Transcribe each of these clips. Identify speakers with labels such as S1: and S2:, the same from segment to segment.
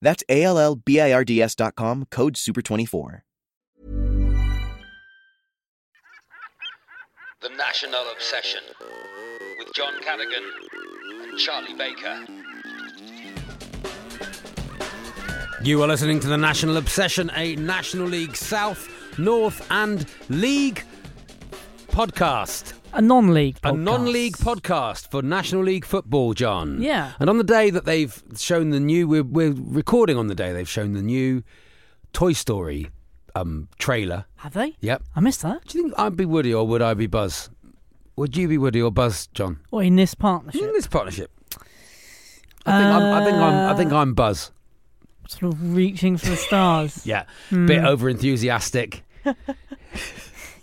S1: That's A L L B I R D S dot com, code SUPER24.
S2: The National Obsession with John Cadogan and Charlie Baker.
S3: You are listening to the National Obsession, a National League South, North, and League podcast.
S4: A non-league.
S3: A
S4: podcast.
S3: non-league podcast for National League football, John.
S4: Yeah.
S3: And on the day that they've shown the new, we're, we're recording on the day they've shown the new Toy Story um, trailer.
S4: Have they?
S3: Yep.
S4: I missed that.
S3: Do you think I'd be Woody or would I be Buzz? Would you be Woody or Buzz, John?
S4: Or in this
S3: In
S4: partnership,
S3: this partnership, I think I'm. I think I'm. I think I'm Buzz. Hmm?
S4: sort of reaching for the stars.
S3: Yeah.
S4: Uh, hmm.
S3: Bit over enthusiastic.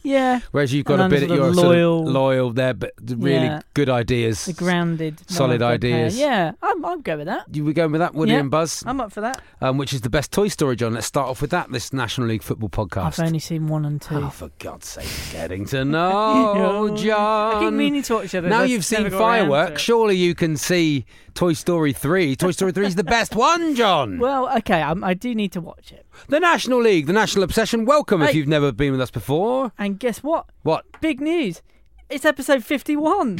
S4: yeah.
S3: Whereas you've got
S4: And
S3: a
S4: then
S3: bit of
S4: sort
S3: your
S4: of
S3: loyal,
S4: loyal-
S3: loyal there, but the really
S4: Yeah.
S3: good ideas.
S4: The grounded,
S3: Solid
S4: moral good pair.
S3: ideas.
S4: Yeah, I'm, I'm go with that.
S3: You were going with that, Woody
S4: Yeah. Oh.
S3: and Buzz,
S4: I'm up for that.
S3: um, which is the best Toy Story, John. Let's start off with that. This National League Football podcast.
S4: I've only seen one and two.
S3: Oh, for God's sake, getting to know oh, John.
S4: I keep meaning to watch the other.
S3: now
S4: but I
S3: you've
S4: just
S3: seen
S4: never got around to
S3: fireworks.
S4: it.
S3: Surely you can see Toy Story three. Toy Story three is the best one, John.
S4: Well, okay, i I do need to watch it.
S3: the National League, the National Obsession. Welcome if
S4: Hey.
S3: you've never been with us before.
S4: And guess what?
S3: What?
S4: Big news! It's episode 51.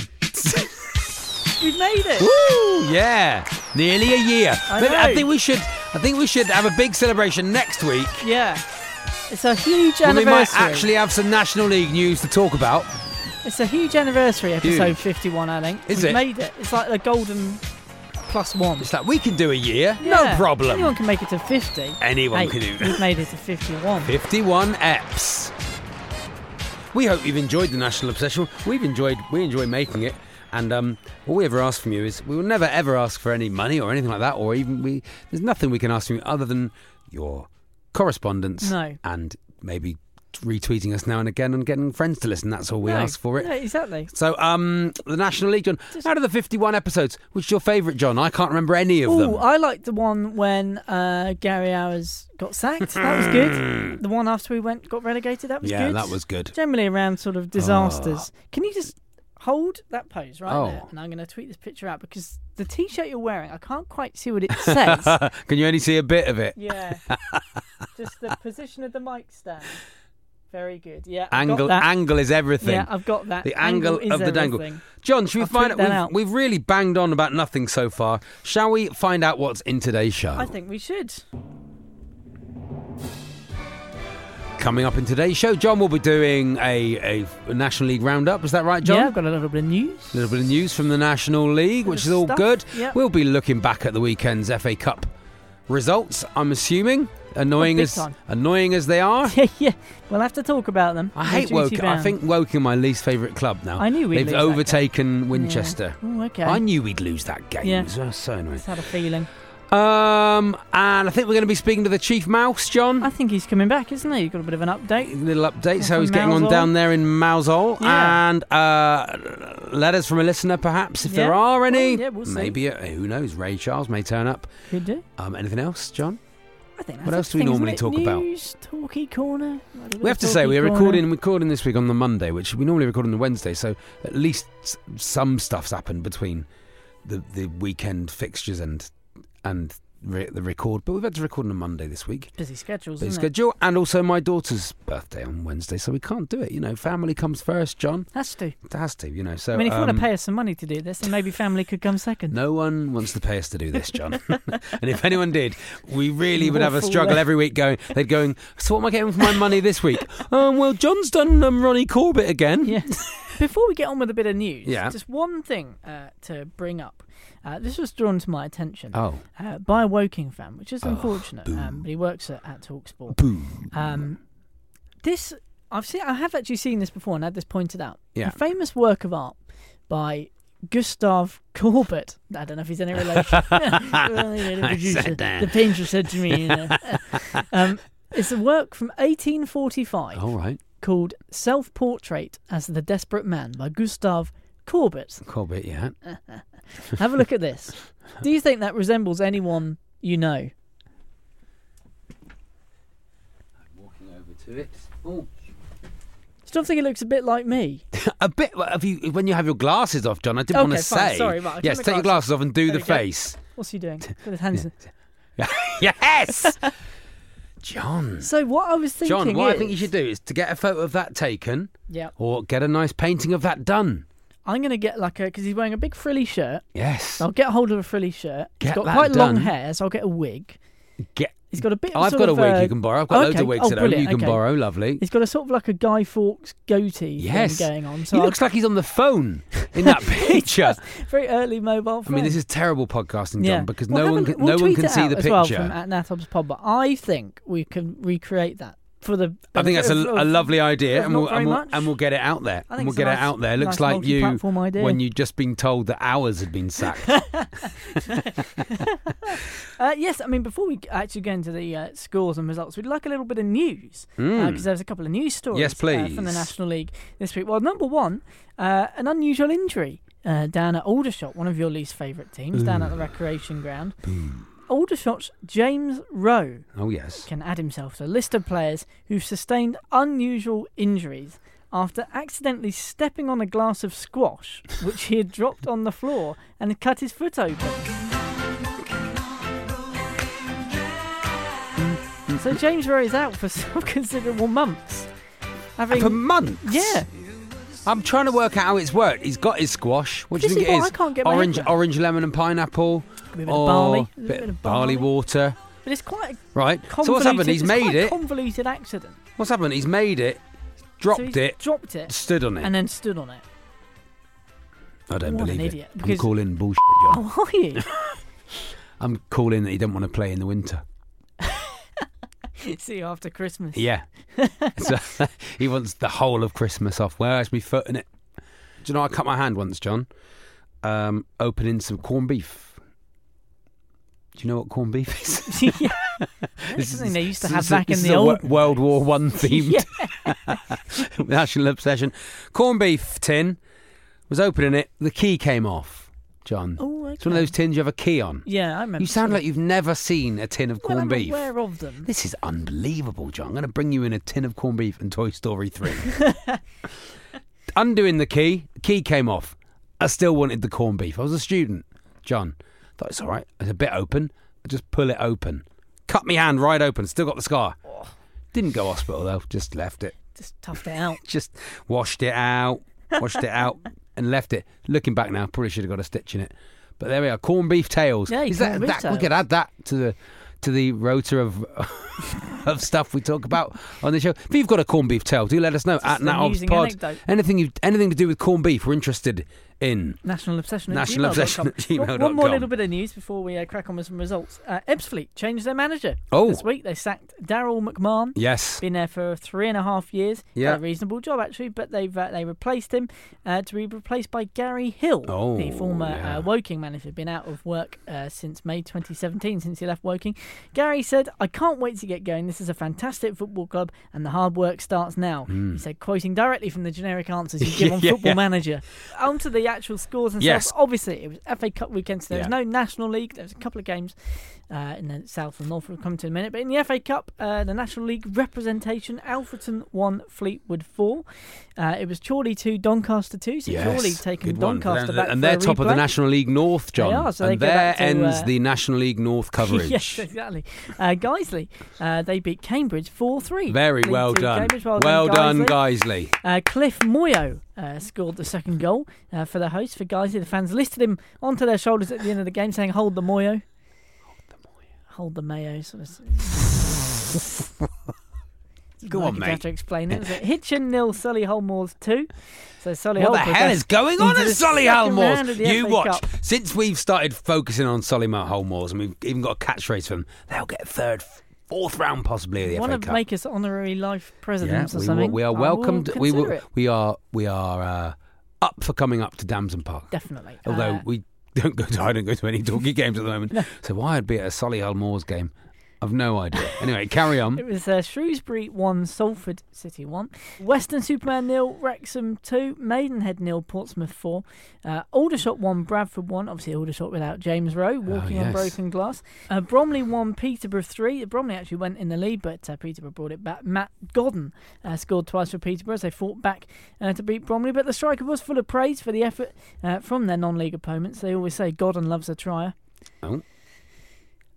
S4: We've made it.
S3: Woo! Yeah, nearly a year.
S4: I
S3: Maybe-
S4: know.
S3: think we should. I think we should have a big celebration next week.
S4: Yeah, it's a huge
S3: And we might
S4: anniversary.
S3: actually have some National League news to talk about.
S4: It's a huge anniversary episode
S3: Huge.
S4: 51, I think.
S3: Is
S4: We've
S3: it?
S4: made it. It's like the golden plus one.
S3: It's like we can do a year, no
S4: Yeah.
S3: problem.
S4: Anyone can make it to 50.
S3: Anyone
S4: hey,
S3: can do
S4: We've made it to 51.
S3: 51 EPs. We hope you've enjoyed the National Obsession. We've enjoyed. We enjoy making it. And um, all we ever ask from you is we will never ever ask for any money or anything like that, or even we. There's nothing we can ask from you other than your correspondence.
S4: No.
S3: And maybe retweeting us now and again and getting friends to listen. That's all we
S4: No,
S3: ask for it.
S4: no, exactly.
S3: So, um, the National League, John. out of the 51 episodes, which is your favourite, John? I can't remember any of them.
S4: Ooh, I liked the one when uh, Gary Hours got sacked. That was good. the one after we went got relegated. That was
S3: Mm. yeah,
S4: good.
S3: that was good.
S4: generally around sort of disasters. Can you just hold that pose right
S3: Oh.
S4: there? And I'm going to tweet this picture out because the T-shirt you're wearing, I can't quite see what it says.
S3: Can you only see a bit of it?
S4: yeah, just the position of the mic stand. Very good. Yeah, I've got
S3: Angle,
S4: that.
S3: angle is everything.
S4: Yeah, I've got that.
S3: the angle,
S4: Uh, is
S3: of the dangle.
S4: everything.
S3: John, should we
S4: I'll
S3: find
S4: tweet
S3: out?
S4: that
S3: We've,
S4: out.
S3: we've really banged on about nothing so far. Shall we find out what's in today's show?
S4: I think we should.
S3: Coming up in today's show, John will be doing a, a National League roundup. Is that right, John?
S4: Yeah, I've got a little bit of news.
S3: A little bit of news from the National League, which
S4: of
S3: is all
S4: stuff,
S3: good.
S4: yep.
S3: We'll be looking back at the weekend's FA Cup results, I'm assuming. Annoying
S4: Oh, big
S3: as
S4: time.
S3: annoying as they are.
S4: yeah, yeah. We'll have to talk about them.
S3: I
S4: They're
S3: hate
S4: duty
S3: Woking. I
S4: bound.
S3: think Woking are my least favourite club now.
S4: I knew we'd
S3: They've
S4: lose that game.
S3: overtaken Winchester.
S4: Ooh, Oh, okay.
S3: I knew we'd lose that game.
S4: Yeah.
S3: It was so annoying.
S4: Just had a feeling.
S3: Um, and I think we're going to be speaking to the chief mouse, John.
S4: I think he's coming back, isn't he? You've got a bit of an update.
S3: little updates how
S4: From
S3: he's getting on
S4: Mousehole.
S3: down there in Mousehole
S4: Yeah.
S3: and uh, letters from a listener perhaps if there
S4: Yeah.
S3: are any
S4: Well, Oh, yeah, we'll see.
S3: maybe uh, who knows Ray Charles may turn up
S4: Could do.
S3: um, anything else John
S4: I think that's
S3: What else do we
S4: everything, isn't
S3: normally
S4: it?
S3: talk about?
S4: News, talkie corner. a little bit
S3: we have
S4: of
S3: to say
S4: talkie
S3: we're
S4: corner.
S3: recording recording this week on the Monday which we normally record on the Wednesday so at least s- some stuff's happened between the, the weekend fixtures and and re- the record but we've had to record on a Monday this week
S4: busy schedules.
S3: busy
S4: isn't it?
S3: schedule, and also my daughter's birthday on Wednesday, so we can't do it. You know, family comes first, John.
S4: Has to.
S3: It has to, you know. So
S4: I mean, if you want
S3: um,
S4: to pay us some money to do this, then maybe family could come second.
S3: no one wants to pay us to do this, John. and if anyone did, we really would have a
S4: Awful
S3: struggle
S4: way.
S3: every week. Going, they'd going. So what am I getting for my money this week? um, well, John's done um, Ronnie Corbett again.
S4: Yeah. Before we get on with a bit of news,
S3: Yeah.
S4: just one thing uh, to bring up. Uh, this was drawn to my attention
S3: Oh,
S4: uh, by a Woking fan, which is
S3: Oh,
S4: unfortunate.
S3: boo.
S4: Um, but he works at, at Talksport.
S3: boo.
S4: Um, this I've seen. I have actually seen this before and had this pointed out.
S3: Yeah.
S4: A famous work of art by Gustav Corbett. I don't know if he's any relation. Well, you know, the,
S3: I
S4: producer,
S3: said that.
S4: the painter said to me. You know. um, It's a work from 1845
S3: All right,
S4: called Self Portrait as the Desperate Man by Gustave Corbett.
S3: Corbett. Yeah.
S4: Have a look at this. Do you think that resembles anyone you know?
S3: Walking over to it. Oh,
S4: Still think it looks a bit like me.
S3: a bit. well, If you when you have your glasses off, John, I didn't
S4: Okay,
S3: want to
S4: fine,
S3: say.
S4: sorry, right, I'll keep
S3: yes,
S4: my
S3: take your
S4: glasses.
S3: glasses off and do
S4: There
S3: the
S4: we go.
S3: face.
S4: What's he doing? With his hands.
S3: yes, John.
S4: So what I was thinking
S3: John, what
S4: is,
S3: I think you should do is to get a photo of that taken,
S4: Yeah,
S3: or get a nice painting of that done.
S4: I'm gonna get like a because he's wearing a big frilly shirt.
S3: Yes.
S4: I'll get hold of a frilly shirt. he's
S3: Get
S4: got
S3: that
S4: quite long
S3: done.
S4: hair, so I'll get a wig.
S3: Get.
S4: He's got a bit. Of
S3: I've
S4: sort
S3: got a
S4: of,
S3: wig
S4: uh,
S3: you can borrow. I've got loads
S4: okay.
S3: of wigs
S4: oh,
S3: at home you
S4: brilliant,
S3: can
S4: okay.
S3: borrow. Lovely.
S4: He's got a sort of like a Guy Fawkes goatee
S3: Yes.
S4: thing going on. So
S3: He
S4: I'll-
S3: looks like he's on the phone in that picture.
S4: very early mobile.
S3: I
S4: Phone.
S3: mean, this is terrible podcasting, John,
S4: yeah.
S3: because
S4: We'll
S3: no
S4: have
S3: one
S4: a look-
S3: can,
S4: we'll
S3: no one
S4: tweet
S3: can
S4: it
S3: see
S4: out
S3: the
S4: as
S3: picture.
S4: well from at Nathob's pod. But I think we can recreate that for the.
S3: I think that's a,
S4: benefit of-
S3: a
S4: of-
S3: lovely idea,
S4: of
S3: and
S4: not
S3: we'll, and,
S4: very
S3: we'll,
S4: much.
S3: and we'll get it out there.
S4: I think
S3: And we'll
S4: it's a
S3: get it
S4: nice-
S3: out there. It looks
S4: nice
S3: like you
S4: multi-platform idea.
S3: when you've just been told that ours had been sacked.
S4: Uh, yes, I mean, before we actually go into the uh, scores and results, we'd like a little bit of news because
S3: Hmm.
S4: there's a couple of news stories
S3: Yes,
S4: uh, from the
S3: please.
S4: National League this week. Well, number one, uh, an unusual injury uh, down at Aldershot, one of your least favourite teams, down at the recreation ground. Aldershot's James Rowe
S3: oh yes,
S4: can add himself to the list of players who've sustained unusual injuries after accidentally stepping on a glass of squash, which he had dropped on the floor and had cut his foot open. So James Rowe is out for some considerable months. Having
S3: for months.
S4: yeah,
S3: I'm trying to work out how it's worked. He's got his squash. What do you
S4: This
S3: think
S4: is
S3: it
S4: what
S3: is?
S4: I can't get my head
S3: orange,
S4: around.
S3: orange, lemon, and pineapple,
S4: a bit of
S3: or
S4: barley, a
S3: bit,
S4: bit of
S3: of barley
S4: barley.
S3: water.
S4: but it's quite a
S3: Right.
S4: convoluted.
S3: So what's happened? He's
S4: it's
S3: made
S4: quite a
S3: it.
S4: convoluted accident.
S3: what's happened? He's made it.
S4: so
S3: Dropped
S4: he's
S3: it.
S4: dropped it,
S3: Stood on it.
S4: and then stood on it.
S3: I don't
S4: What an
S3: believe
S4: idiot,
S3: it. I'm
S4: because- Oh.
S3: calling bullshit, John.
S4: How are you?
S3: I'm calling that he didn't want to play in the winter.
S4: See you after Christmas.
S3: Yeah. so he wants the whole of Christmas off. Where's my foot in it? Do you know I cut my hand once, John? Um, opening some corned beef. Do you know what corned beef is?
S4: yeah. This something they used to have back in
S3: this is
S4: the
S3: a wo-
S4: old.
S3: World War One themed national obsession. Corned beef tin was opening it. The key came off, John.
S4: Oh,
S3: It's one of
S4: okay.
S3: those tins you have a key on.
S4: Yeah, I remember.
S3: You sound like you've never seen a tin of
S4: well,
S3: corned
S4: I'm
S3: beef.
S4: aware of them.
S3: This is unbelievable, John. I'm going to bring you in a tin of corned beef and Toy Story 3. Undoing the key, the key came off. I still wanted the corned beef. I was a student, John. Thought it's all right. It's a bit open. I just pull it open. Cut me hand right open. Still got the scar. Didn't go hospital though. Just left it.
S4: Just toughed it out.
S3: Just washed it out. Washed it out and left it. Looking back now, probably should have got a stitch in it. But there we are. Corned beef tails.
S4: Yeah,
S3: Is
S4: corned
S3: that,
S4: beef
S3: that we
S4: tails.
S3: could add that to the to the rotor of of stuff we talk about on the show. If you've got a corned beef tail, do let us know at
S4: an
S3: NatObs
S4: amusing
S3: Pod.
S4: anecdote.
S3: Anything you anything to do with corned beef, we're interested in.
S4: National obsession.
S3: National
S4: at
S3: obsession at gmail
S4: gmail.com.
S3: dot
S4: One more
S3: com.
S4: little bit of news before we uh, crack on with some results. Uh, Ebbsfleet changed their manager
S3: Oh.
S4: this week. They sacked Daryl McMahon.
S3: Yes.
S4: Been there for three and a half years.
S3: Yeah.
S4: Done a reasonable job actually. But they've uh, they replaced him uh, to be replaced by Gary Hill,
S3: Oh,
S4: the former
S3: yeah.
S4: uh, Woking manager, been out of work uh, since May 2017, since he left Woking. Gary said, "I can't wait to get going. This is a fantastic football club, and the hard work starts now." He said, quoting directly from the generic answers you give on
S3: Hmm. Yeah,
S4: Football
S3: yeah.
S4: Manager. Onto the actual scores and
S3: Yes.
S4: stuff. Obviously, it was FA Cup weekend, so there was
S3: Yeah.
S4: no National League. There was a couple of games uh, in the South and North. We'll come to in a minute. But in the FA Cup, uh, the National League representation, Alfreton won, Fleetwood four. Uh, it was Chorley two, Doncaster two. So Chorley taking
S3: Good one.
S4: Doncaster
S3: and,
S4: back
S3: and
S4: for
S3: they're
S4: a
S3: top of the
S4: replay.
S3: National League North, John.
S4: are, so they
S3: and
S4: go
S3: there
S4: back to,
S3: ends
S4: uh,
S3: the National League North coverage.
S4: yes, exactly. Uh, Geisley, uh, they beat Cambridge 4 3.
S3: Very well done. Well done, Geisley.
S4: Uh, Cliff Moyo uh, scored the second goal uh, for the host, for Geisley. The fans lifted him onto their shoulders at the end of the game, saying, Hold the Moyo. Hold the Mayo. Sort of-
S3: Go
S4: I
S3: on,
S4: could
S3: mate.
S4: have to explain it. Was it Hitchin nil, Sully Holmore's 2. So Sully
S3: What the hell is going on
S4: into
S3: at
S4: the
S3: Solly
S4: second round
S3: Holmore's?
S4: of the
S3: You
S4: FA
S3: watch.
S4: Cup.
S3: Since we've started focusing on Solly Holmore's, and we've even got a catchphrase for them, they'll get third, fourth round possibly of the
S4: Want
S3: FA
S4: to
S3: Cup.
S4: make us honorary life
S3: yeah,
S4: presidents or
S3: we, will-
S4: something?
S3: we
S4: I
S3: are
S4: will
S3: welcomed. we
S4: consider
S3: will-
S4: it.
S3: we are we are uh, up for coming up to Damson Park.
S4: Definitely.
S3: Although
S4: Uh,
S3: we don't go to I don't go to any Dorky games at the moment. So why I'd be at a Solly Holmore's game I've no idea. Anyway, carry on.
S4: It was uh, Shrewsbury 1, Salford City 1, Western Superman nil, Wrexham 2, Maidenhead nil, Portsmouth 4, uh, Aldershot 1, Bradford 1, obviously Aldershot without James Rowe, walking on
S3: Ah, yes.
S4: broken glass. Uh, Bromley 1, Peterborough 3. Bromley actually went in the lead, but uh, Peterborough brought it back. Matt Godden uh, scored twice for Peterborough as they fought back uh, to beat Bromley, but the striker was full of praise for the effort uh, from their non league opponents. They always say Godden loves a trier.
S3: Oh.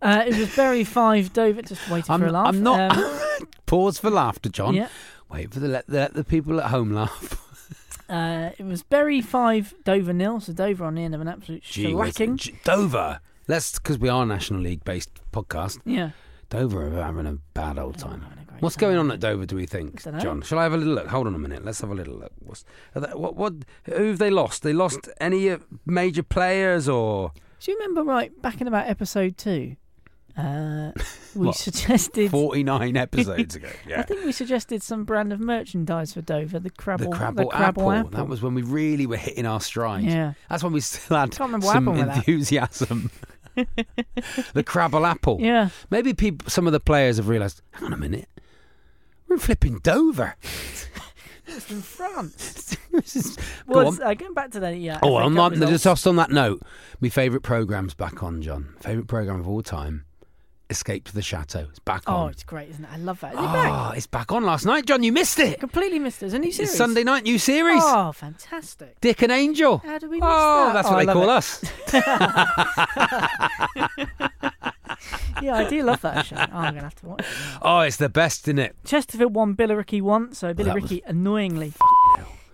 S4: Uh, it was Bury 5, Dover, just waiting
S3: I'm,
S4: for a laugh.
S3: I'm not.
S4: Um,
S3: pause for laughter, John.
S4: yeah.
S3: Wait for the let, let the people at home laugh.
S4: Uh, it was Bury five, Dover nil. So Dover on the end of an absolute
S3: Gee whiz.
S4: shellacking.
S3: G- Dover. Let's because we are a National League based podcast.
S4: Yeah,
S3: Dover are having a bad old time.
S4: having a great
S3: What's
S4: time,
S3: going
S4: aren't
S3: on at Dover? Do we think,
S4: Dunno.
S3: John? Shall I have a little look? Hold on a minute. Let's have a little look. What's are they- what? What? Who have they lost? They lost any uh, major players or
S4: do you remember right back in about episode two? Uh, we
S3: What?
S4: suggested.
S3: forty nine episodes ago?
S4: I
S3: Yeah.
S4: think we suggested some brand of merchandise for Dover. The crabble,
S3: The Crabble,
S4: the
S3: apple.
S4: crabble apple.
S3: That was when we really were hitting our stride.
S4: Yeah.
S3: That's when we still had
S4: Can't remember what
S3: some
S4: happened with that.
S3: enthusiasm. the Crabble Apple.
S4: Yeah,
S3: Maybe peop some of the players have realised, hang on a minute, we're in flipping Dover.
S4: it's in France.
S3: This is- Go
S4: Well,
S3: on.
S4: it's, uh, going back to that. Yeah.
S3: Oh,
S4: FA
S3: I'm not,
S4: Cup
S3: just
S4: results.
S3: just on that note, my favourite programme's back on, John. Favourite programme of all time, Escape to the Chateau. It's back
S4: Oh,
S3: on.
S4: it's great, isn't it? I love that. Is it back?
S3: Oh, it's back on last night, John. You missed it.
S4: Completely missed it. It's a new series.
S3: It's Sunday night, new series.
S4: Oh, fantastic.
S3: Dick and Angel.
S4: How do we miss
S3: oh,
S4: that?
S3: that's
S4: Oh,
S3: what
S4: I
S3: they
S4: love
S3: call
S4: it.
S3: us.
S4: Yeah, I do love that show. Oh, I'm gonna have to watch. it.
S3: Oh, it's the best in it.
S4: Chesterfield won Billericay one, so
S3: that was-
S4: Billericay annoyingly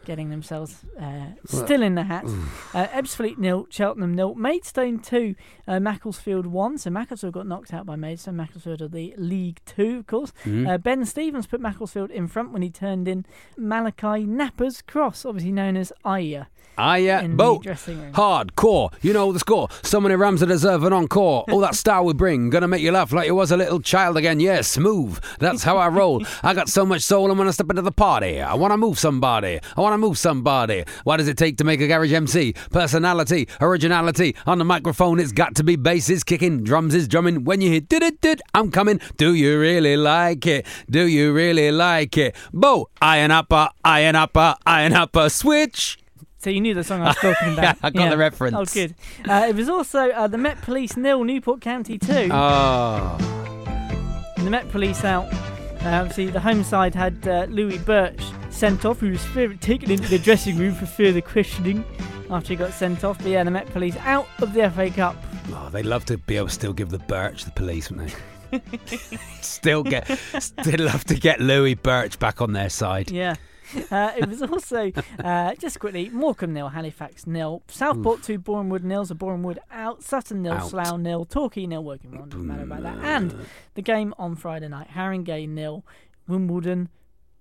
S4: getting themselves uh, still in the hat. Uh, Ebbsfleet nil, Cheltenham nil, Maidstone two, uh, Macclesfield one. So Macclesfield got knocked out by Maidstone. Macclesfield are the League Two, of course.
S3: Mm-hmm.
S4: Uh, ben Stevens put Macclesfield in front when he turned in Malachi Napper's cross, obviously known as Aya.
S3: Aya
S4: In the
S3: Boat.
S4: dressing room.
S3: Hardcore. You know the score. Someone in Rams that deserve an encore. All that style we bring. Gonna make you laugh like you was a little child again. Yeah, smooth. That's how I roll. I got so much soul, and when I step into the party, I wanna move somebody. I wanna move somebody. What does it take to make a garage MC? Personality, originality. On the microphone, it's got to be bass is kicking, drums is drumming. When you hear did it did, I'm coming. Do you really like it? Do you really like it? Bo, iron upper, iron upper, iron upper, switch.
S4: So you knew the song I was talking about.
S3: Yeah, I got the reference.
S4: Oh, good. Uh, it was also uh, the Met Police nil, Newport County two.
S3: Oh.
S4: And the Met Police out. Uh, obviously, the home side had uh, Louis Birch sent off, who was fear- taken into the dressing room for further questioning after he got sent off. But yeah, the Met Police out of the FA Cup.
S3: Oh, they'd love to be able to still give the Birch the police, wouldn't they? still get, still love to get Louis Birch back on their side.
S4: Yeah. Uh, it was also, uh, just quickly, Morecambe nil, Halifax nil, Southport 2, Bournemouth nil, so Bournemouth out, Sutton nil,
S3: Out. Mm.
S4: Slough nil, Torquay nil, working on, doesn't matter about that. And the game on Friday night, Haringey nil, Wimbledon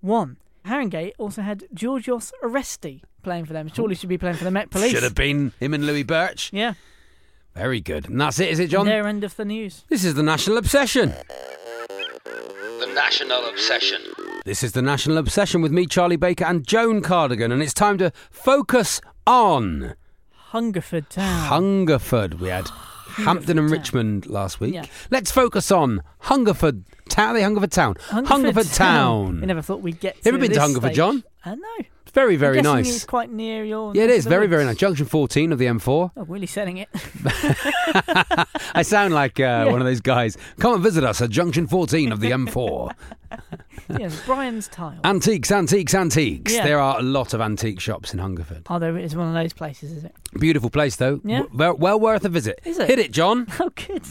S4: 1. Haringey also had Georgios Oresti playing for them. Surely should be playing for the Met Police.
S3: Should have been him and Louis Birch.
S4: Yeah,
S3: Very good. And that's it, is it, John?
S4: their end of the news.
S3: This is the National Obsession.
S2: The National Obsession.
S3: This is the National Obsession with me, Charlie Baker, and Joan Cardigan, and it's time to focus on
S4: Hungerford Town.
S3: Hungerford. We had Hampton and Richmond last week.
S4: Yeah.
S3: Let's focus on Hungerford Town. They Hungerford Town. Town.
S4: We never thought we'd get.
S3: Have you been to
S4: this
S3: Hungerford,
S4: stage.
S3: John?
S4: Uh, no.
S3: Very, very
S4: I'm guessing
S3: nice.
S4: It's quite near your.
S3: Yeah, it
S4: neck of
S3: is
S4: the
S3: very, very
S4: woods.
S3: nice. Junction 14 of the M4.
S4: Oh, really selling it.
S3: I sound like uh, one of those guys. Come and visit us at Junction 14 of the M4.
S4: yes, Brian's Tile.
S3: antiques, antiques, antiques.
S4: Yeah.
S3: There are a lot of antique shops in Hungerford.
S4: oh, there it is. One of those places, is it?
S3: Beautiful place, though.
S4: Yeah.
S3: W- well, well worth a visit.
S4: Is it?
S3: Hit it, John.
S4: Oh, good.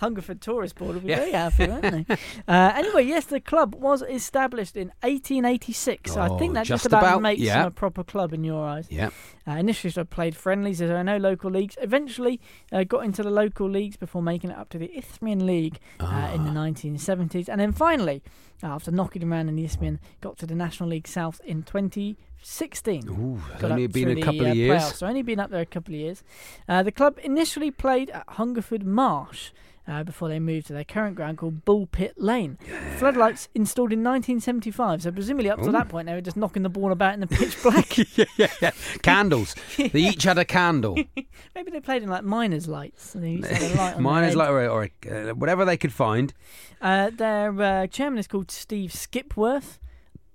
S4: Hungerford Tourist Board will be
S3: Yeah.
S4: very happy, won't they? Uh, anyway, yes, the club was established in 1886. so I
S3: Oh,
S4: think that just,
S3: just about,
S4: makes
S3: yeah.
S4: them a proper club in your eyes.
S3: Yeah.
S4: Uh, initially, sort of played friendlies, as there are no local leagues. Eventually, uh, got into the local leagues before making it up to the Isthmian League uh,
S3: Ah.
S4: in the 1970s. And then finally, uh, after knocking around in the Isthmian, got to the National League South in 2016.
S3: Ooh,
S4: Got
S3: only
S4: up
S3: been
S4: through
S3: a
S4: the,
S3: couple
S4: uh,
S3: of years.
S4: playoffs. So only been up there a couple of years. Uh, the club initially played at Hungerford Marsh. uh, before they moved to their current ground called Bull Pit Lane. Floodlights installed in 1975, so presumably up to that point they were just knocking the ball about in the pitch black.
S3: yeah, yeah, yeah. Candles. They each had a candle.
S4: Maybe they played in like miners' lights. And they used to have a light on their
S3: Mine is
S4: head.
S3: like or, or uh, whatever they could find.
S4: Uh, their uh, chairman is called Steve Skipworth.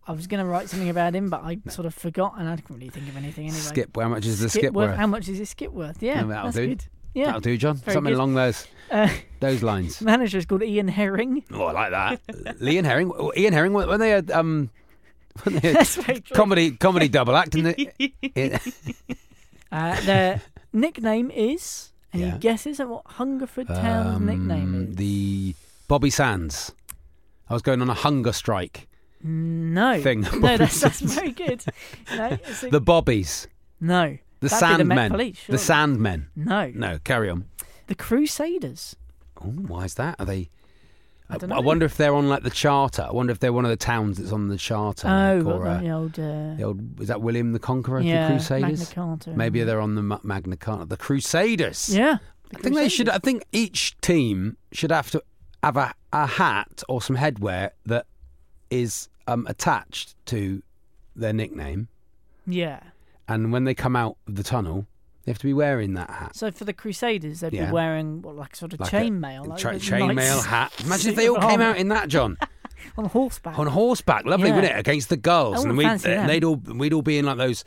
S4: I was going to write something about him, but I sort of forgot, and I couldn't really think of anything anyway.
S3: Skip. How much is the skip worth?
S4: How much is it Skipworth? Yeah,
S3: No, that'll
S4: that's
S3: do.
S4: good. Yeah.
S3: That'll do, John.
S4: Very
S3: Something
S4: good.
S3: along those
S4: Uh,
S3: those lines.
S4: manager is called Ian Herring.
S3: Oh, I like that. Lee and Herring. oh, Ian Herring. When they had um, when they had
S4: That's very true.
S3: comedy comedy double act, and the, in-
S4: Uh, their nickname is. Any
S3: Yeah.
S4: guesses at what Hungerford Town's
S3: um,
S4: nickname is?
S3: the Bobby Sands. I was going on a hunger strike.
S4: no.
S3: thing,
S4: No,
S3: Bobby
S4: that's, that's very good. No. it's a-
S3: The Bobbies.
S4: no.
S3: The
S4: That'd be the Met
S3: Sandmen.
S4: Police,
S3: the
S4: surely.
S3: Sandmen.
S4: No.
S3: No, carry on.
S4: The Crusaders.
S3: Oh, why is that? Are they? I,
S4: don't
S3: I
S4: know.
S3: wonder if they're on like the charter. I wonder if they're one of the towns that's on the charter.
S4: oh,
S3: like, or,
S4: well,
S3: uh,
S4: the old. Uh,
S3: the old was that William the Conqueror,
S4: yeah,
S3: the Crusaders?
S4: Magna Carta.
S3: Maybe they're on the Ma- Magna Carta, the Crusaders.
S4: Yeah.
S3: I think they should. I think each team should have to have a, a hat or some headwear that is um, attached to their nickname,
S4: Yeah.
S3: and when they come out of the tunnel, they have to be wearing that hat.
S4: So for the Crusaders, they'd
S3: Yeah.
S4: be wearing what, like sort of
S3: Like a-
S4: chainmail, like
S3: Tra-
S4: with
S3: chainmail
S4: knights
S3: hat. Imagine if
S4: suit
S3: they all
S4: of
S3: came
S4: armour
S3: out in that, John.
S4: on horseback.
S3: on horseback. Lovely,
S4: Yeah.
S3: wouldn't it? Against the
S4: I
S3: gulls,
S4: wouldn't
S3: and we'd
S4: fancy them.
S3: they'd all we'd all be in like those,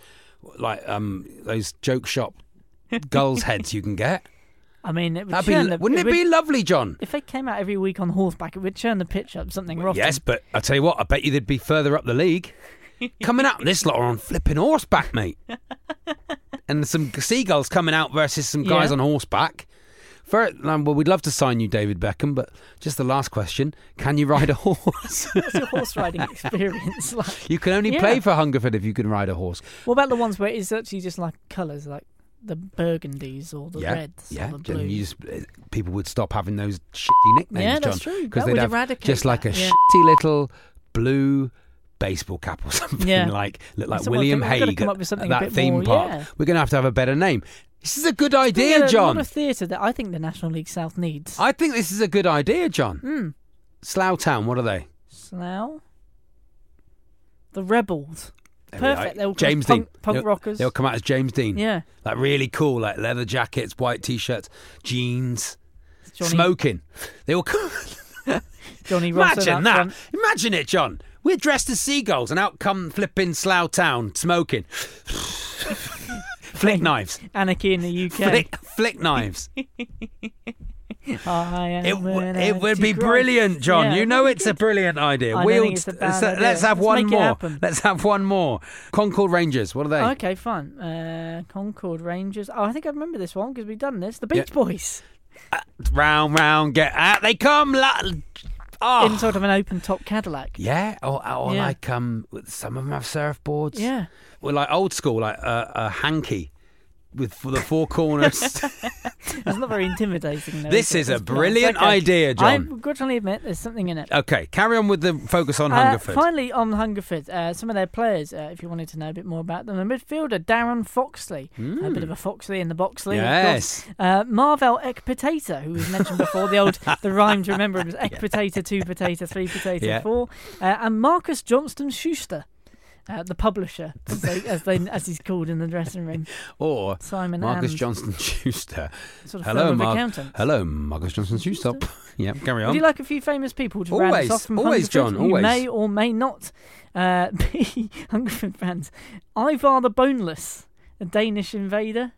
S3: like um those joke shop gulls heads you can get.
S4: I mean, it would
S3: That'd be,
S4: churn
S3: lo-
S4: the,
S3: wouldn't it, be
S4: would-
S3: lovely, John?
S4: If they came out every week on horseback, it would churn the pitch up something rotten.
S3: Yes, but I tell you what, I bet you they'd be further up the league. Coming up, this lot are on flipping horseback, mate. and some seagulls coming out versus some guys
S4: Yeah.
S3: on horseback. For, um, well, we'd love to sign you, David Beckham, but just the last question: Can you ride a horse?
S4: What's your horse riding experience like?
S3: you can only
S4: Yeah.
S3: play for Hungerford if you can ride a horse.
S4: What about the ones where it's actually just like colours, like the burgundies or the reds
S3: yeah.
S4: or the
S3: and you
S4: blues?
S3: just, uh, people would stop having those shitty nicknames,
S4: Yeah,
S3: John,
S4: that's true. That
S3: they'd
S4: would
S3: have
S4: eradicate
S3: just like a
S4: that, yeah.
S3: shitty little blue baseball cap or something
S4: Yeah.
S3: like look like
S4: Someone
S3: William
S4: think, "We've gotta
S3: Hague
S4: come
S3: at-
S4: up with something a
S3: at that
S4: bit
S3: theme
S4: more,
S3: park.
S4: yeah.
S3: We're going to have to have a better name. This is a good
S4: Yeah,
S3: idea,
S4: A lot
S3: John.
S4: of theatre that I think the National League South needs.
S3: I think this is a good idea, John.
S4: Mm.
S3: Slough Town, what are they?
S4: Slough. The Rebels.
S3: There we are.
S4: Perfect, they'll-
S3: James
S4: punk-
S3: Dean.
S4: punk
S3: They'll-
S4: rockers.
S3: They'll come out as James Dean.
S4: Yeah.
S3: Like really cool, like leather jackets, white t-shirts, jeans,
S4: Johnny,
S3: smoking. They all come.
S4: Johnny Rosso
S3: Imagine
S4: out
S3: that.
S4: front.
S3: Imagine it, John. We're dressed as seagulls and out come flipping Slough Town smoking. flick knives.
S4: Anarchy in the UK.
S3: Flick, flick knives. It,
S4: I am
S3: w-
S4: an
S3: it would be
S4: antichrist.
S3: brilliant, John.
S4: Yeah,
S3: you
S4: that'd
S3: know
S4: be
S3: it's a
S4: good.
S3: brilliant idea.
S4: I don't
S3: We'll-
S4: think it's a bad
S3: so
S4: idea.
S3: Let's have
S4: Let's
S3: one
S4: make it
S3: more.
S4: happen.
S3: Let's have one more. Concord Rangers. What are they?
S4: Okay, fine. Uh, Concord Rangers. Oh, I think I remember this one because we've done this. The Beach
S3: Yeah.
S4: Boys.
S3: Round, round, get out. They come. La- oh.
S4: Inside of an open top Cadillac.
S3: yeah, or, or
S4: Yeah.
S3: like um, some of them have surfboards.
S4: Yeah.
S3: Well, like old school, like uh, a hanky with f- the four corners.
S4: It's not very intimidating, though.
S3: This
S4: it?
S3: is a
S4: It's blunt.
S3: brilliant idea, John.
S4: I begrudgingly admit there's something in it.
S3: okay, carry on with the focus on
S4: Uh,
S3: Hungerford.
S4: finally, on Hungerford, uh, some of their players, uh, if you wanted to know a bit more about them. The midfielder, Darren Foxley. A bit of a Foxley in the box league. of course.
S3: Hmm. Yes.
S4: Uh, Marvel Ekpatata, who was mentioned before, the old the rhyme to remember was Ekpatata, two potato, three potato,
S3: Yeah.
S4: four. Uh, and Marcus Johnston Schuster, uh, the publisher, as, they, as, they, as he's called in the dressing room.
S3: Or
S4: Simon
S3: Marcus
S4: and
S3: Johnston Schuster.
S4: sort of
S3: Hello,
S4: firm
S3: Mar-
S4: of accountants.
S3: Hello, Marcus Johnston Schuster. yeah, carry
S4: Would
S3: on.
S4: you like a few famous people to round
S3: Always,
S4: us off from
S3: always,
S4: Hungerford?
S3: John,
S4: You
S3: always.
S4: may or may not uh, be Hungerford fans. Ivar the Boneless, a Danish invader,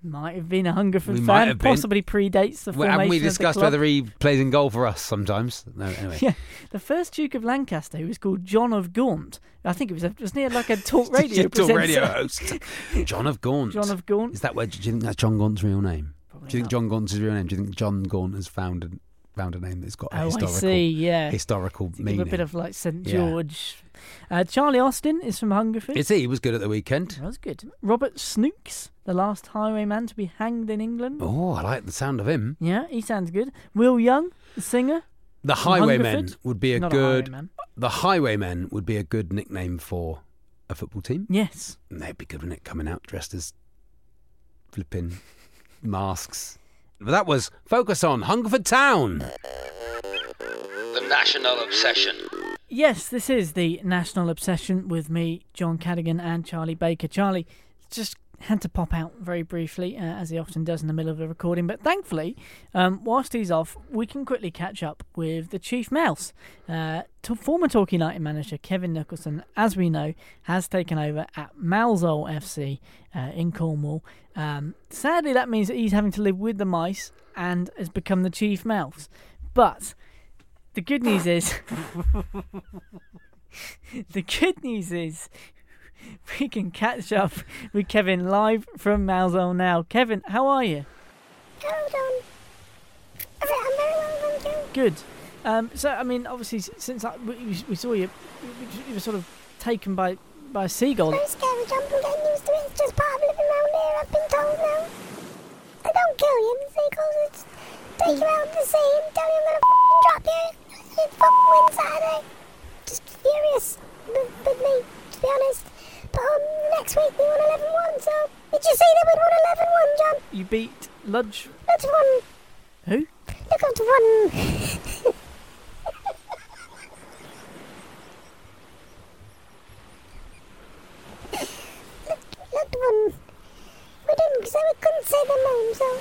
S4: might have been a Hungerford
S3: We
S4: fan.
S3: might have been.
S4: Possibly predates the
S3: Well,
S4: formation
S3: haven't we
S4: of the
S3: discussed
S4: club.
S3: whether he plays in goal for us sometimes? No, anyway.
S4: Yeah, the first Duke of Lancaster, who was called John of Gaunt. I think it was, a, it was near like a talk radio
S3: Digital
S4: presenter.
S3: radio host. John of Gaunt.
S4: John of Gaunt.
S3: Is that where, do you think that's John Gaunt's real name?
S4: Probably
S3: Do you think
S4: not.
S3: John Gaunt's his real name? Do you think John Gaunt has found a, found a name that's got a
S4: Oh,
S3: historical,
S4: I see. Yeah,
S3: historical
S4: Give
S3: meaning?
S4: a bit of like St
S3: Yeah.
S4: George. Uh, Charlie Austin is from Hungerford.
S3: Is he? He was good at the weekend.
S4: That was good. Robert Snooks, the last highwayman to be hanged in England.
S3: Oh, I like the sound of him.
S4: Yeah, he sounds good. Will Young, the singer.
S3: The
S4: From
S3: Highwaymen
S4: Hungerford?
S3: would be a
S4: Not a
S3: good.
S4: highwayman.
S3: the Highwaymen would be a good nickname for a football team.
S4: Yes.
S3: And they'd be good, wouldn't it? Coming out dressed as flipping masks, But that was Focus on Hungerford Town.
S2: The National Obsession.
S4: Yes, this is the National Obsession with me, John Cadigan, and Charlie Baker. Charlie just had to pop out very briefly, uh, as he often does in the middle of a recording, but thankfully, um, whilst he's off, we can quickly catch up with the Chief Mouse. Uh, to former Torquay United manager Kevin Nicholson, as we know, has taken over at Malzol FC uh, in Cornwall. Um, sadly, that means that he's having to live with the mice and has become the Chief Mouse. But the good news is the good news is we can catch up with Kevin live from Malzone now. Kevin, how are you?
S5: Hold on. Is it a Merlin one too?
S4: Good. Um, so, I mean, obviously, s- since I, we, we- we saw you, you- you were sort of taken by, by a seagull.
S5: I'm scared of jumping, getting used to it. It's just part of living around here, I've been told now. They don't kill you, the seagulls. It's take you out the sea and tell you I'm gonna f***ing drop you. It's fucking win Saturday. Just furious with, with me, to be honest. But um, next week we won 11-1, so... Did you see that we won 11-1, John?
S4: You beat Ludge.
S5: That's one.
S4: Who?
S5: Look at one. Look, one. We didn't, so we couldn't say the name, so.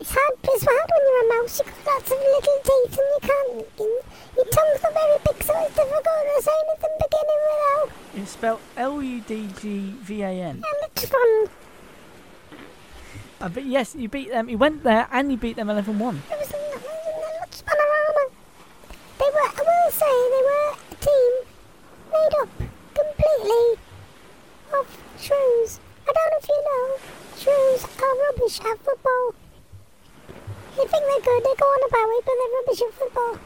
S5: It's hard, it's hard when you're a mouse. You've got lots of little teeth and you can't. You, your tongue's not very big, so it's difficult to say anything beginning with L.
S4: It's spelled L U D G V A N.
S5: And it's one.
S4: Uh, But yes, you beat them. You went there and you beat them 11 1.
S5: It was in the, it was in the Lutz Panorama. They were, I will say, they were a team made up completely of shrews. I don't know if you know, shrews are rubbish at football. They think they're good, they go on about it, but they're rubbish at football.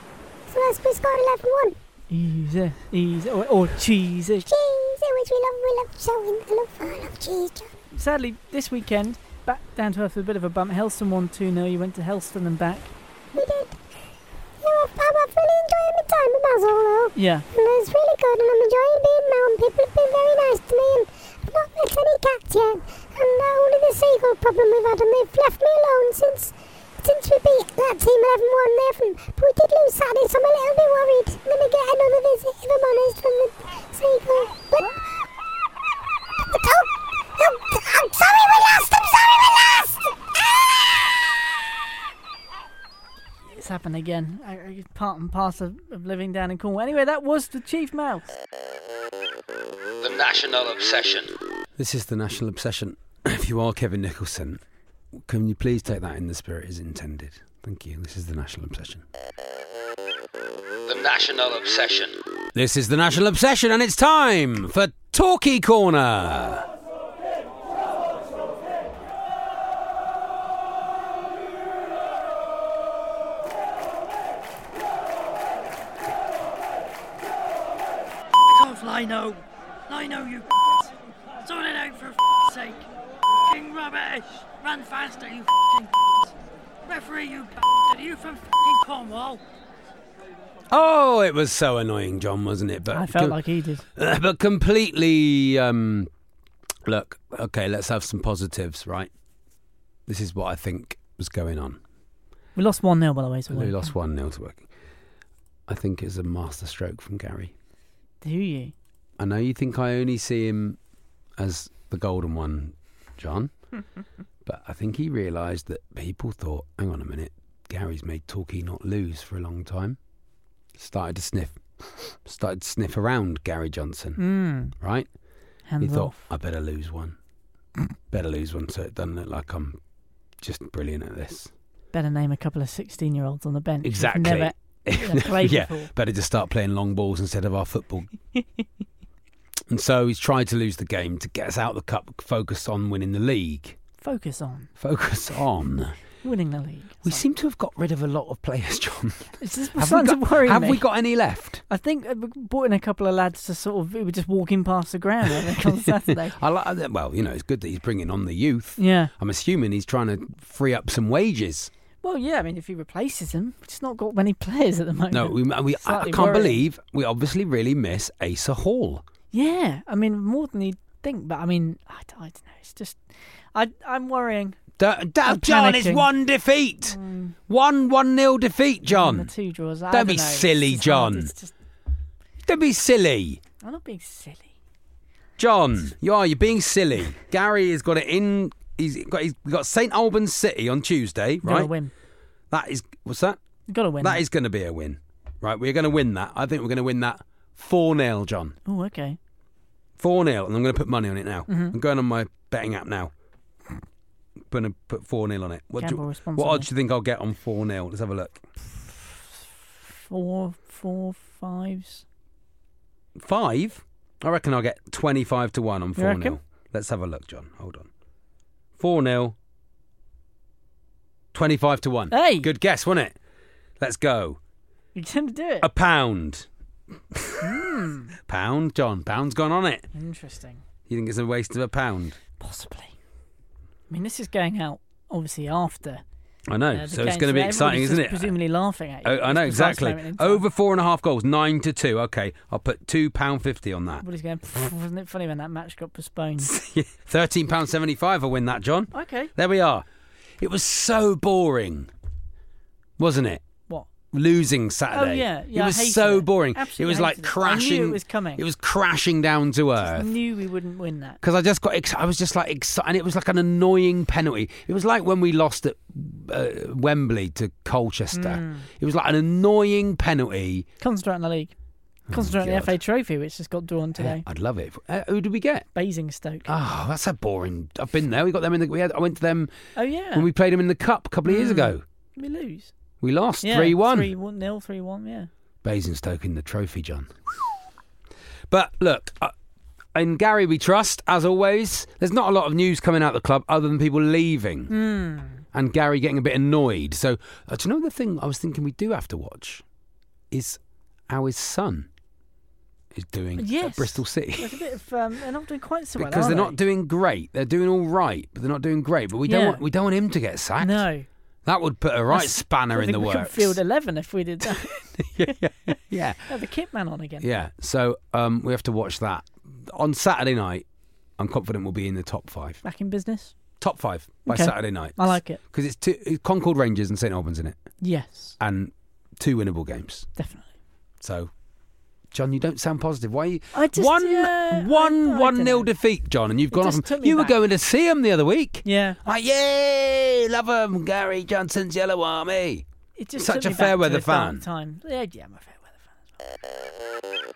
S5: So that's we scored 11 1.
S4: Easy, easy. Or, or cheesy.
S5: Cheese, which we love, we love shouting. I love, I love cheese, John.
S4: Sadly, this weekend, back down to earth with a bit of a bump. Helston won 2 0. You went to Helston and back.
S5: We did. You know, I'm I'm really enjoying my time with Basil though.
S4: Yeah.
S5: And it's really good, and I'm enjoying being around. People have been very nice to me, and I've not met any cats yet. And uh, only the seagull problem we've had, and they've left me alone since since we beat that team 11 1 haven't. But we did lose Saturday, so I'm a little bit worried. I'm going to get another visit, if I'm honest, from the seagull. But. but oh, oh, I'm sorry we lost! I'm sorry we lost! Ah!
S4: It's happened again. I- I- It's part and parcel of, of living down in Cornwall. Anyway, that was the Chief Mouse.
S2: The National Obsession.
S3: This is the National Obsession. If you are Kevin Nicholson, can you please take that in the spirit as intended? Thank you. This is the National Obsession.
S2: The National Obsession.
S3: This is the National Obsession, and it's time for Talkie Corner.
S6: Off Lino. Lino, you f***s. Sort it out for f***'s sake. F***ing rubbish. Run faster, you f***ing f***s. Referee, you bastard. Are you from f***ing Cornwall?
S3: Oh, it was so annoying, John, wasn't it? But
S4: I felt
S3: com-
S4: like he did.
S3: Uh, but completely. Um, look, okay, let's have some positives, right? This is what I think was going on.
S4: We lost 1 0, by the way. So
S3: We
S4: one-
S3: lost one nil to working. I think it's a master stroke from Gary.
S4: Do you?
S3: I know you think I only see him as the golden one, John, but I think he realised that people thought, hang on a minute, Gary's made Torquay not lose for a long time. Started to sniff, started to sniff around Gary Johnson,
S4: Mm.
S3: right? He
S4: Hands
S3: thought,
S4: off.
S3: I better lose one. better lose one so it doesn't look like I'm just brilliant at this.
S4: Better name a couple of 16 year olds on the bench. who've
S3: Exactly.
S4: Never never played
S3: yeah,
S4: before.
S3: better just start playing long balls instead of our football. and so he's tried to lose the game to get us out the cup, focus on winning the league.
S4: Focus on
S3: Focus on.
S4: winning the league.
S3: We seem to have got rid of a lot of players, John.
S4: It's just
S3: Have, we
S4: starting
S3: got,
S4: to worry
S3: have
S4: me.
S3: we got any left?
S4: I think uh, we brought in a couple of lads to sort of who were just walking past the ground I think, on Saturday.
S3: I like, that- well, you know, it's good that he's bringing on the youth.
S4: Yeah.
S3: I'm assuming he's trying to free up some wages.
S4: Well, yeah. I mean, if he replaces them, we've just not got many players at the moment.
S3: No, we, we, I, I
S4: Slightly
S3: can't
S4: worrying.
S3: believe we obviously really miss Asa Hall.
S4: Yeah, I mean more than you'd think, but I mean, I, I don't know. It's just, I I'm worrying.
S3: Don't, don't-
S4: I'm
S3: John, it's
S4: panicking. Mm.
S3: one defeat. One one nil defeat,
S4: The
S3: John.
S4: two draws. I
S3: Don't
S4: don't
S3: be
S4: know. It's
S3: silly,
S4: just hard.
S3: John.
S4: It's just-
S3: Don't be silly.
S4: I'm not being silly.
S3: John, you are. You're being silly. Gary has got it in. He's got. He's got St Albans City on Tuesday,
S4: Got to
S3: right?
S4: win.
S3: That is. What's that?
S4: Got to win.
S3: That is going to be a win, right? We're going to win that. I think we're going to win that four 0 John.
S4: Oh, okay.
S3: Four 0 and I'm going to put money on it now.
S4: Mm-hmm.
S3: I'm going on my betting app now. Going to put four 0 on it. What, do,
S4: Gamble
S3: what
S4: responsibly.
S3: odds do you think I'll get on four 0 Let's have a look.
S4: Four, four, fives.
S3: Five. I reckon I'll get twenty-five to one on
S4: You
S3: four
S4: reckon?
S3: 0 Let's have a look, John. Hold on. Four 0 Twenty-five to one.
S4: Hey!
S3: good guess, wasn't it? Let's go.
S4: You tend to do it.
S3: A pound.
S4: Hmm.
S3: pound, John. Pound's gone on it.
S4: Interesting.
S3: You think it's a waste of a pound?
S4: Possibly. I mean, this is going out obviously after.
S3: I know.
S4: uh, the
S3: so it's going
S4: game,
S3: to be
S4: everybody's
S3: exciting,
S4: just
S3: isn't it?
S4: Presumably laughing at you.
S3: Oh, I know
S4: It's precise
S3: exactly.
S4: moment in time.
S3: Over four and a half goals, nine to two. Okay, I'll put two pound fifty on that.
S4: Everybody's going. "Pff, Wasn't it funny when that match got postponed?
S3: Thirteen pound seventy-five. I win that, John.
S4: okay.
S3: There we are. It was so boring, wasn't it?
S4: What?
S3: Losing Saturday.
S4: Oh, yeah, yeah,
S3: It
S4: I
S3: was
S4: hated
S3: so
S4: it.
S3: boring. it
S4: Absolutely
S3: was like
S4: hated it. I knew
S3: crashing.
S4: it was coming.
S3: It was crashing down to earth.
S4: Knew we wouldn't win that.
S3: because I just got ex- I was just like excited, and it was like an annoying penalty. It was like when we lost at uh, Wembley to Colchester.
S4: Hmm.
S3: It was like an annoying penalty.
S4: Concentrate on the league. Concentrate on
S3: God.
S4: the FA Trophy, which just got drawn today.
S3: I'd love it. Uh, who did we get?
S4: Basingstoke.
S3: Oh, that's a boring. I've been there. We got them in the. We had. I went to them
S4: oh yeah.
S3: when we played them in the cup a couple of years ago.
S4: we lose.
S3: We lost
S4: Yeah,
S3: three one.
S4: Three one nil. Three one. Yeah.
S3: Basingstoke in the trophy, John. But look, uh, in Gary we trust, as always. There's not a lot of news coming out of the club other than people leaving
S4: Hmm.
S3: and Gary getting a bit annoyed. So, uh, do you know the thing I was thinking we do have to watch is how his son is doing
S4: Yes.
S3: at Bristol City.
S4: There's a bit of. Um, they're not doing quite so well.
S3: Because
S4: are
S3: they're
S4: they?
S3: not doing great. They're doing all right, but they're not doing great. But we don't
S4: Yeah.
S3: want we don't want him to get sacked.
S4: No.
S3: That would put a right
S4: That's-
S3: spanner
S4: I
S3: in
S4: think
S3: the
S4: we could
S3: works.
S4: field eleven if we did that.
S3: yeah.
S4: Have the kit man on again.
S3: Yeah, so um, we have to watch that on Saturday night. I'm confident we'll be in the top five.
S4: Back in business.
S3: Top five by
S4: Okay.
S3: Saturday night.
S4: I like it.
S3: because it's two it's Concord Rangers and St Albans in it,
S4: Yes,
S3: and two winnable games.
S4: definitely.
S3: So, John, you don't sound positive. Why? Are you,
S4: I just,
S3: one
S4: yeah, I-
S3: one-
S4: I don't
S3: one nil
S4: know.
S3: defeat, John, and you've gone off.
S4: just
S3: 'em.
S4: took me
S3: You were
S4: back.
S3: going to see him the other week.
S4: Yeah,
S3: Like, yay, love him, Gary Johnson's Yellow Army.
S4: it just
S3: Such
S4: took
S3: a
S4: me back
S3: fair
S4: to
S3: weather
S4: the dark
S3: fan.
S4: Time. Yeah, yeah, I'm a fair weather fan.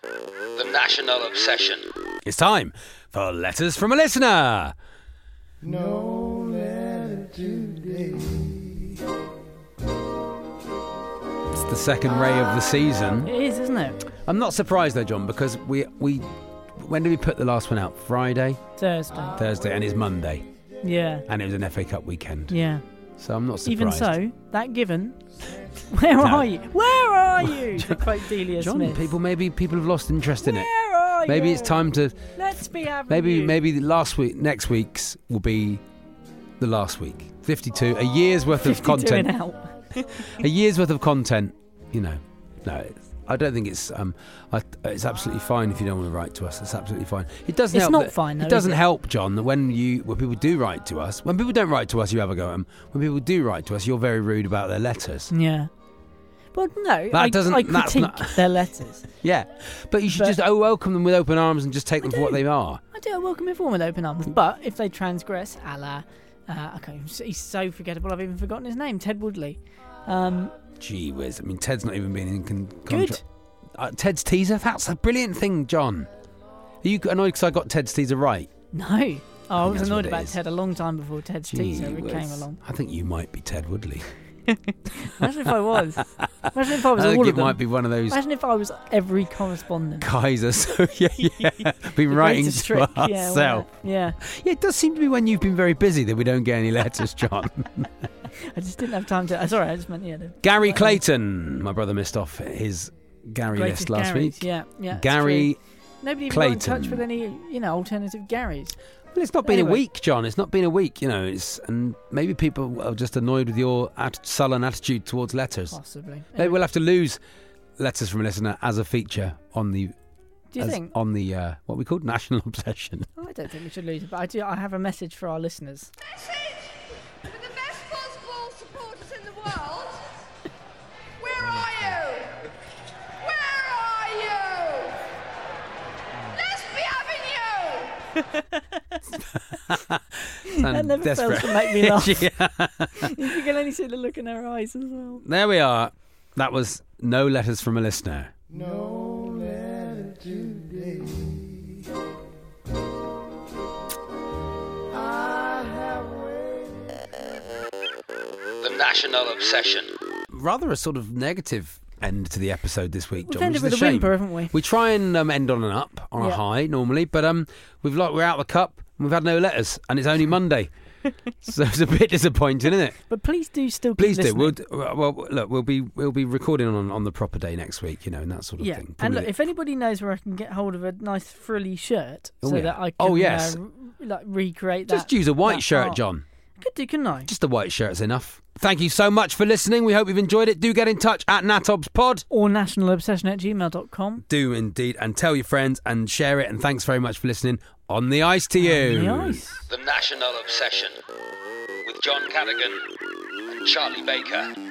S2: The National Obsession.
S3: It's time for letters from a listener. No letter today. It's the second ray of the season.
S4: It is, isn't it?
S3: I'm not surprised though, John, because we we when did we put the last one out? Friday,
S4: Thursday.
S3: Thursday, and it's Monday,
S4: Yeah,
S3: and it was an FA Cup weekend.
S4: yeah.
S3: So I'm not surprised.
S4: Even so, that given, where
S3: No.
S4: are you? Where are you? to quote Delia
S3: John,
S4: Smith.
S3: people maybe people have lost interest in it.
S4: Where are
S3: Maybe
S4: you?
S3: it's time to
S4: Let's be having
S3: Maybe
S4: you.
S3: maybe the last week, next week's will be the last week. Fifty-two, a year's worth of
S4: 52
S3: content.
S4: and out.
S3: A year's worth of content. You know, no, it's- I don't think it's. Um, I, it's absolutely fine if you don't want to write to us. It's absolutely fine. It doesn't.
S4: It's
S3: help
S4: not
S3: that-
S4: fine, though,
S3: It
S4: is
S3: doesn't
S4: it?
S3: help, John, that when you when people do write to us, when people don't write to us, you have a go at 'em. When people do write to us, you're very rude about their letters.
S4: Yeah. But no,
S3: That
S4: I,
S3: doesn't-
S4: I
S3: that's
S4: critique
S3: not-
S4: their letters.
S3: Yeah, but you should
S4: But-
S3: just oh welcome them with open arms and just take them for what
S4: do.
S3: they are.
S4: I do. I welcome everyone with open arms. But if they transgress, a la, uh, okay, he's so forgettable. I've even forgotten his name, Ted Woodley. Um,
S3: Gee whiz! I mean, Ted's not even been in con-
S4: Good.
S3: contra- Uh, Ted's teaser. That's a brilliant thing, John. Are you annoyed because I got Ted's teaser right?
S4: no, oh, I was
S3: that's what
S4: annoyed
S3: it
S4: about
S3: is.
S4: Ted a long time before Ted's teaser
S3: Gee whiz.
S4: came along.
S3: I think you might be Ted Woodley.
S4: Imagine if I was. Imagine if I was
S3: I think
S4: Oh, all
S3: it
S4: of them.
S3: might be one of those
S4: Imagine if I was every correspondent.
S3: guys. Or so yeah, yeah. been
S4: The
S3: writing
S4: greatest
S3: to
S4: trick, yeah, wasn't
S3: ourselves.
S4: it? Yeah,
S3: Yeah, it does seem to be when you've been very busy that we don't get any letters, John.
S4: I just didn't have time to. uh, Sorry, I just meant yeah. The
S3: Gary
S4: Right.
S3: Clayton. My brother missed off his Gary list
S4: greatest
S3: last
S4: Garys.
S3: week.
S4: Yeah, yeah. it's
S3: Gary,
S4: true. Nobody even got in touch
S3: Clayton.
S4: with any, you know, alternative Garys.
S3: well, it's not been a
S4: Anyway.
S3: week, John. It's not been a week, you know. It's and maybe people are just annoyed with your at- sullen attitude towards letters.
S4: Possibly.
S3: Maybe we'll have to lose letters from a listener as a feature on the
S4: Do you
S3: as-
S4: think? Oh,
S3: on the uh, what we called national obsession.
S4: I don't think we should lose it, but I do. I have a message for our listeners. That
S3: Sound
S4: never fails
S3: desperate.
S4: to make me laugh.
S3: Yeah.
S4: you can only see the look in her eyes as well.
S3: There we are. That was No Letters from a Listener.
S2: The National Obsession.
S3: Rather a sort of negative end to the episode this week,
S4: We've
S3: John.
S4: ended
S3: which is
S4: with a
S3: shame.
S4: whimper, haven't we?
S3: We try and um, end on an up, on a
S4: Yeah.
S3: high normally, but um, we've like we're out of the cup. and We've had no letters, and it's only Monday, so it's a bit disappointing, isn't it?
S4: But please do still keep
S3: Please do.
S4: listening.
S3: We'll, d- well, look, we'll be we'll be recording on on the proper day next week, you know, and that sort of
S4: yeah,
S3: thing.
S4: and
S3: Probably
S4: look, if anybody knows where I can get hold of a nice frilly shirt,
S3: Oh,
S4: so
S3: yeah.
S4: that I can
S3: Oh, yes.
S4: uh, re- like recreate that.
S3: just use a white
S4: that
S3: shirt,
S4: art.
S3: John.
S4: Could do, couldn't I?
S3: Just a white shirt's enough. Thank you so much for listening. We hope you've enjoyed it. Do get in touch at Natobs Pod.
S4: or nationalobsession at gmail.com.
S3: Do indeed, and tell your friends and share it. And thanks very much for listening. On the ice to you.
S4: The ice.
S2: The National Obsession. With John Cadogan and Charlie Baker.